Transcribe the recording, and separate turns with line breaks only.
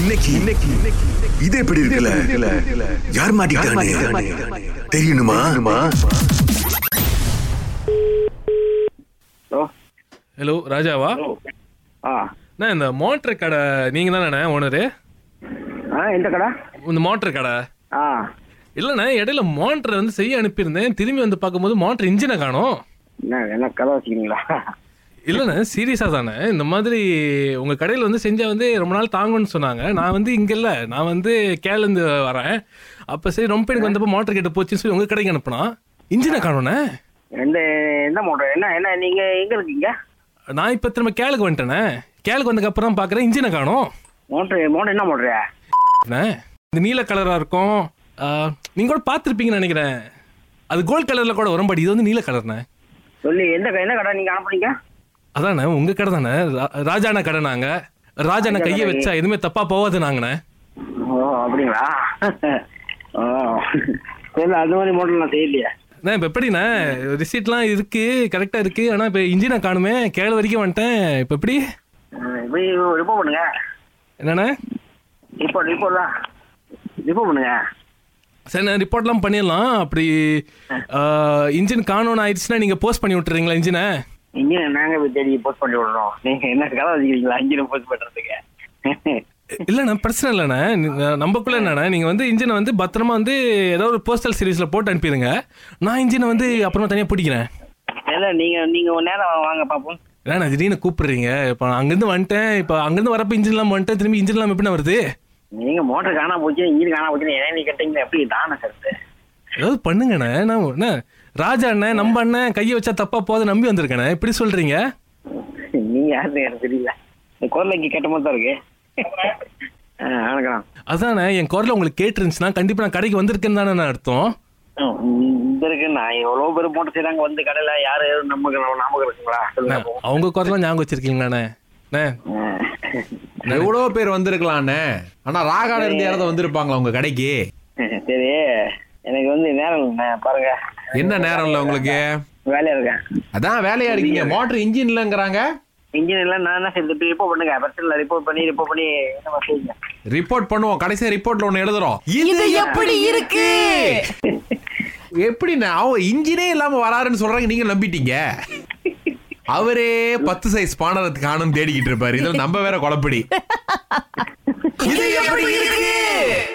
இன்னைக்கு இன்னைக்கு இன்னைக்கு- இது எப்படி இருக்குல்ல யார் மாட்டிக்கிட்டானே தெரியணுமா
ஹலோ
ஹலோ ராஜாவா
ஆ
அண்ணா இந்த மோட்டர் கடை நீங்க தானே ஓனரு
ஆ எந்த கடை
இந்த மோட்டர் கடை
ஆ
இல்லைண்ணே இடையில மோட்டரை வந்து செய்ய அனுப்பியிருந்தேன் திரும்பி வந்து பார்க்கும்போது மோட்டர் இன்ஜினை காணோம்
என்ன என்ன கதை வச்சுக்கிறீங்களா
இல்லைண்ணே சீரியஸாக தானே இந்த மாதிரி உங்கள் கடையில் வந்து செஞ்சால் வந்து ரொம்ப நாள் தாங்கும்னு சொன்னாங்க நான் வந்து இங்கே இல்லை நான் வந்து கேலேருந்து வரேன் அப்போ சரி ரொம்ப எனக்கு வந்தப்போ மோட்டர் கேட்டு போச்சுன்னு சொல்லி உங்கள் கடைக்கு அனுப்புனா இன்ஜினை காணோண்ணே
எந்த எந்த மோட்டர் என்ன என்ன நீங்க எங்க இருக்கீங்க
நான் இப்போ திரும்ப கேலுக்கு வந்துட்டேனே கேலுக்கு வந்ததுக்கப்புறம் தான் பார்க்குறேன் இன்ஜினை காணோம்
மோட்டர் மோட்டர் என்ன மோட்டரு
அண்ணே, இந்த நீல கலராக இருக்கும் ஆஹ், நீங்க கூட பார்த்துருப்பீங்கன்னு நினைக்கிறேன் அது கோல்ட் கலரில் கூட வரும் பட் இது வந்து நீல கலர்ண்ணே
சொல்லி எந்த கடை- என்ன கடை நீங்க அனுப்புறீங்க
அதாண்ணே உங்கள் கடை தானே ரா- ராஜாண்ணா கடை நாங்கள் ராஜாண்ணா கையை வச்சா எதுவுமே தப்பாக போகாது நாங்கண்ணே
ஓ அப்படிங்களா ஓ சரி அது மாதிரி மோட்டர் நான் செய்யலையே
அண்ணா இப்போ எப்படிண்ணே ரிசீட்லாம் இருக்கு கரெக்டாக இருக்கு ஆனால் இப்போ இன்ஜினை காணுமே கேள் வரைக்கும் வந்துட்டேன் இப்போ எப்படி
ஆ, இப்படி ரிப்போர்ட் பண்ணுங்க
என்னண்ணே
ரிப்போர்ட் ரிப்போர்ட் தான் ரிப்போர்ட் பண்ணுங்க
சரி நான் ரிப்போர்ட்லாம் பண்ணிடலாம் அப்படி ஆஹ், இன்ஜின் காணோன்னு ஆயிடுச்சுன்னா நீங்கள் போஸ்ட் பண்ணி விட்டுறீங்களா இன்ஜினை
இங்கே நாங்க போய் தேடி போஸ்ட் பண்ணி விடுறோம் நீங்க என்ன கதை வச்சுக்கிறீங்களா இங்கே போஸ்ட் பண்றதுக்கு
இல்லைண்ணா பிரச்சனை இல்லைண்ணே நீ- நமக்குள்ள என்னண்ணே நீங்கள் வந்து இன்ஜினை வந்து பத்திரமா வந்து ஏதோ ஒரு போஸ்டல் சீரீஸில் போட்டு அனுப்பிடுங்க நான் இன்ஜினை வந்து அப்புறமா தனியாக பிடிக்கிறேன்
இல்ல நீங்க நீங்க ஒரு நேரம் வாங்க பாப்போம்
ஏன்னா திடீர்னு கூப்பிடுறீங்க இப்போ அங்கேருந்து வந்துட்டேன் இப்போ அங்கேருந்து வரப்போ இன்ஜின் இல்லாமல் வந்துட்டேன் திரும்பி இன்ஜின் இல்லாமல் எப்படிண்ணா வருது
நீங்க மோட்டர் காணா போச்சு இன்ஜின் காணா போச்சுன்னு என்ன நீ கேட்டீங்க எப்படி தானே கருத்து
ஏதாவது பண்ணுங்கண்ணே நான் என்ன ராஜா அண்ணன் நம்ம அண்ணன் கையை வச்சா தப்பா போத நம்பி வந்திருக்கேண்ணே இப்படி சொல்றீங்க
நீங்க யாருன்னு எனக்கு தெரியல இந்த குரல் இங்க கேட்ட மாதிரி தான் இருக்கு ஆ, வணக்கம்
அதானே என் குரல் உங்களுக்கு கேட்டுருந்துச்சுன்னா கண்டிப்பா நான் கடைக்கு வந்திருக்கேன்னு தானே அர்த்தம்
ம், இந்த இருக்கு நான் எவ்வளவு பேர் மோட்டர் செய்றாங்க வந்து கடையில யாரு நமக்கு நமக்கு இருக்குங்களா
அண்ணே,
சொல்லுங்க பாப்போம்.
அவங்க குரலாம் ஞாபகம் வச்சிருக்கீங்களாண்ணே அண்ணே,
எவ்வளோ பேர் வந்திருக்கலாம்ண்ணே ஆனா ராகால இருந்து யாராவது வந்திருப்பாங்களா உங்க கடைக்கு
ஆ. சரி எனக்கு வந்து நேரம் இல்லை. பாருங்க
என்ன நேரம் இல்லை உங்களுக்கு
வேலையா இருக்கேன்
அதான் வேலையா இருக்கீங்க மோட்டர் இன்ஜின் இல்லைங்கிறாங்க
இன்ஜின் எல்லாம் நான் என்ன செய்யறது ரிப்போர்ட் பண்ணுங்க பிரச்சனை இல்லை ரிப்போர்ட் பண்ணி ரிப்போர்ட் பண்ணி என்ன செய்யுங்க
ரிப்போர்ட் பண்ணுவோம் கடைசியா ரிப்போர்ட்ல ஒண்ணு எழுதுறோம் இது எப்படி இருக்கு எப்படிண்ணே அவங்க இன்ஜினே இல்லாம வராருன்னு சொல்றாங்க நீங்க நம்பிட்டீங்க அவரே பத்து சைஸ் பானரத்துக்கு ஆணும் தேடிக்கிட்டு இருப்பாரு இதுல நம்ம வேற குழப்படி இது எப்படி இருக்கு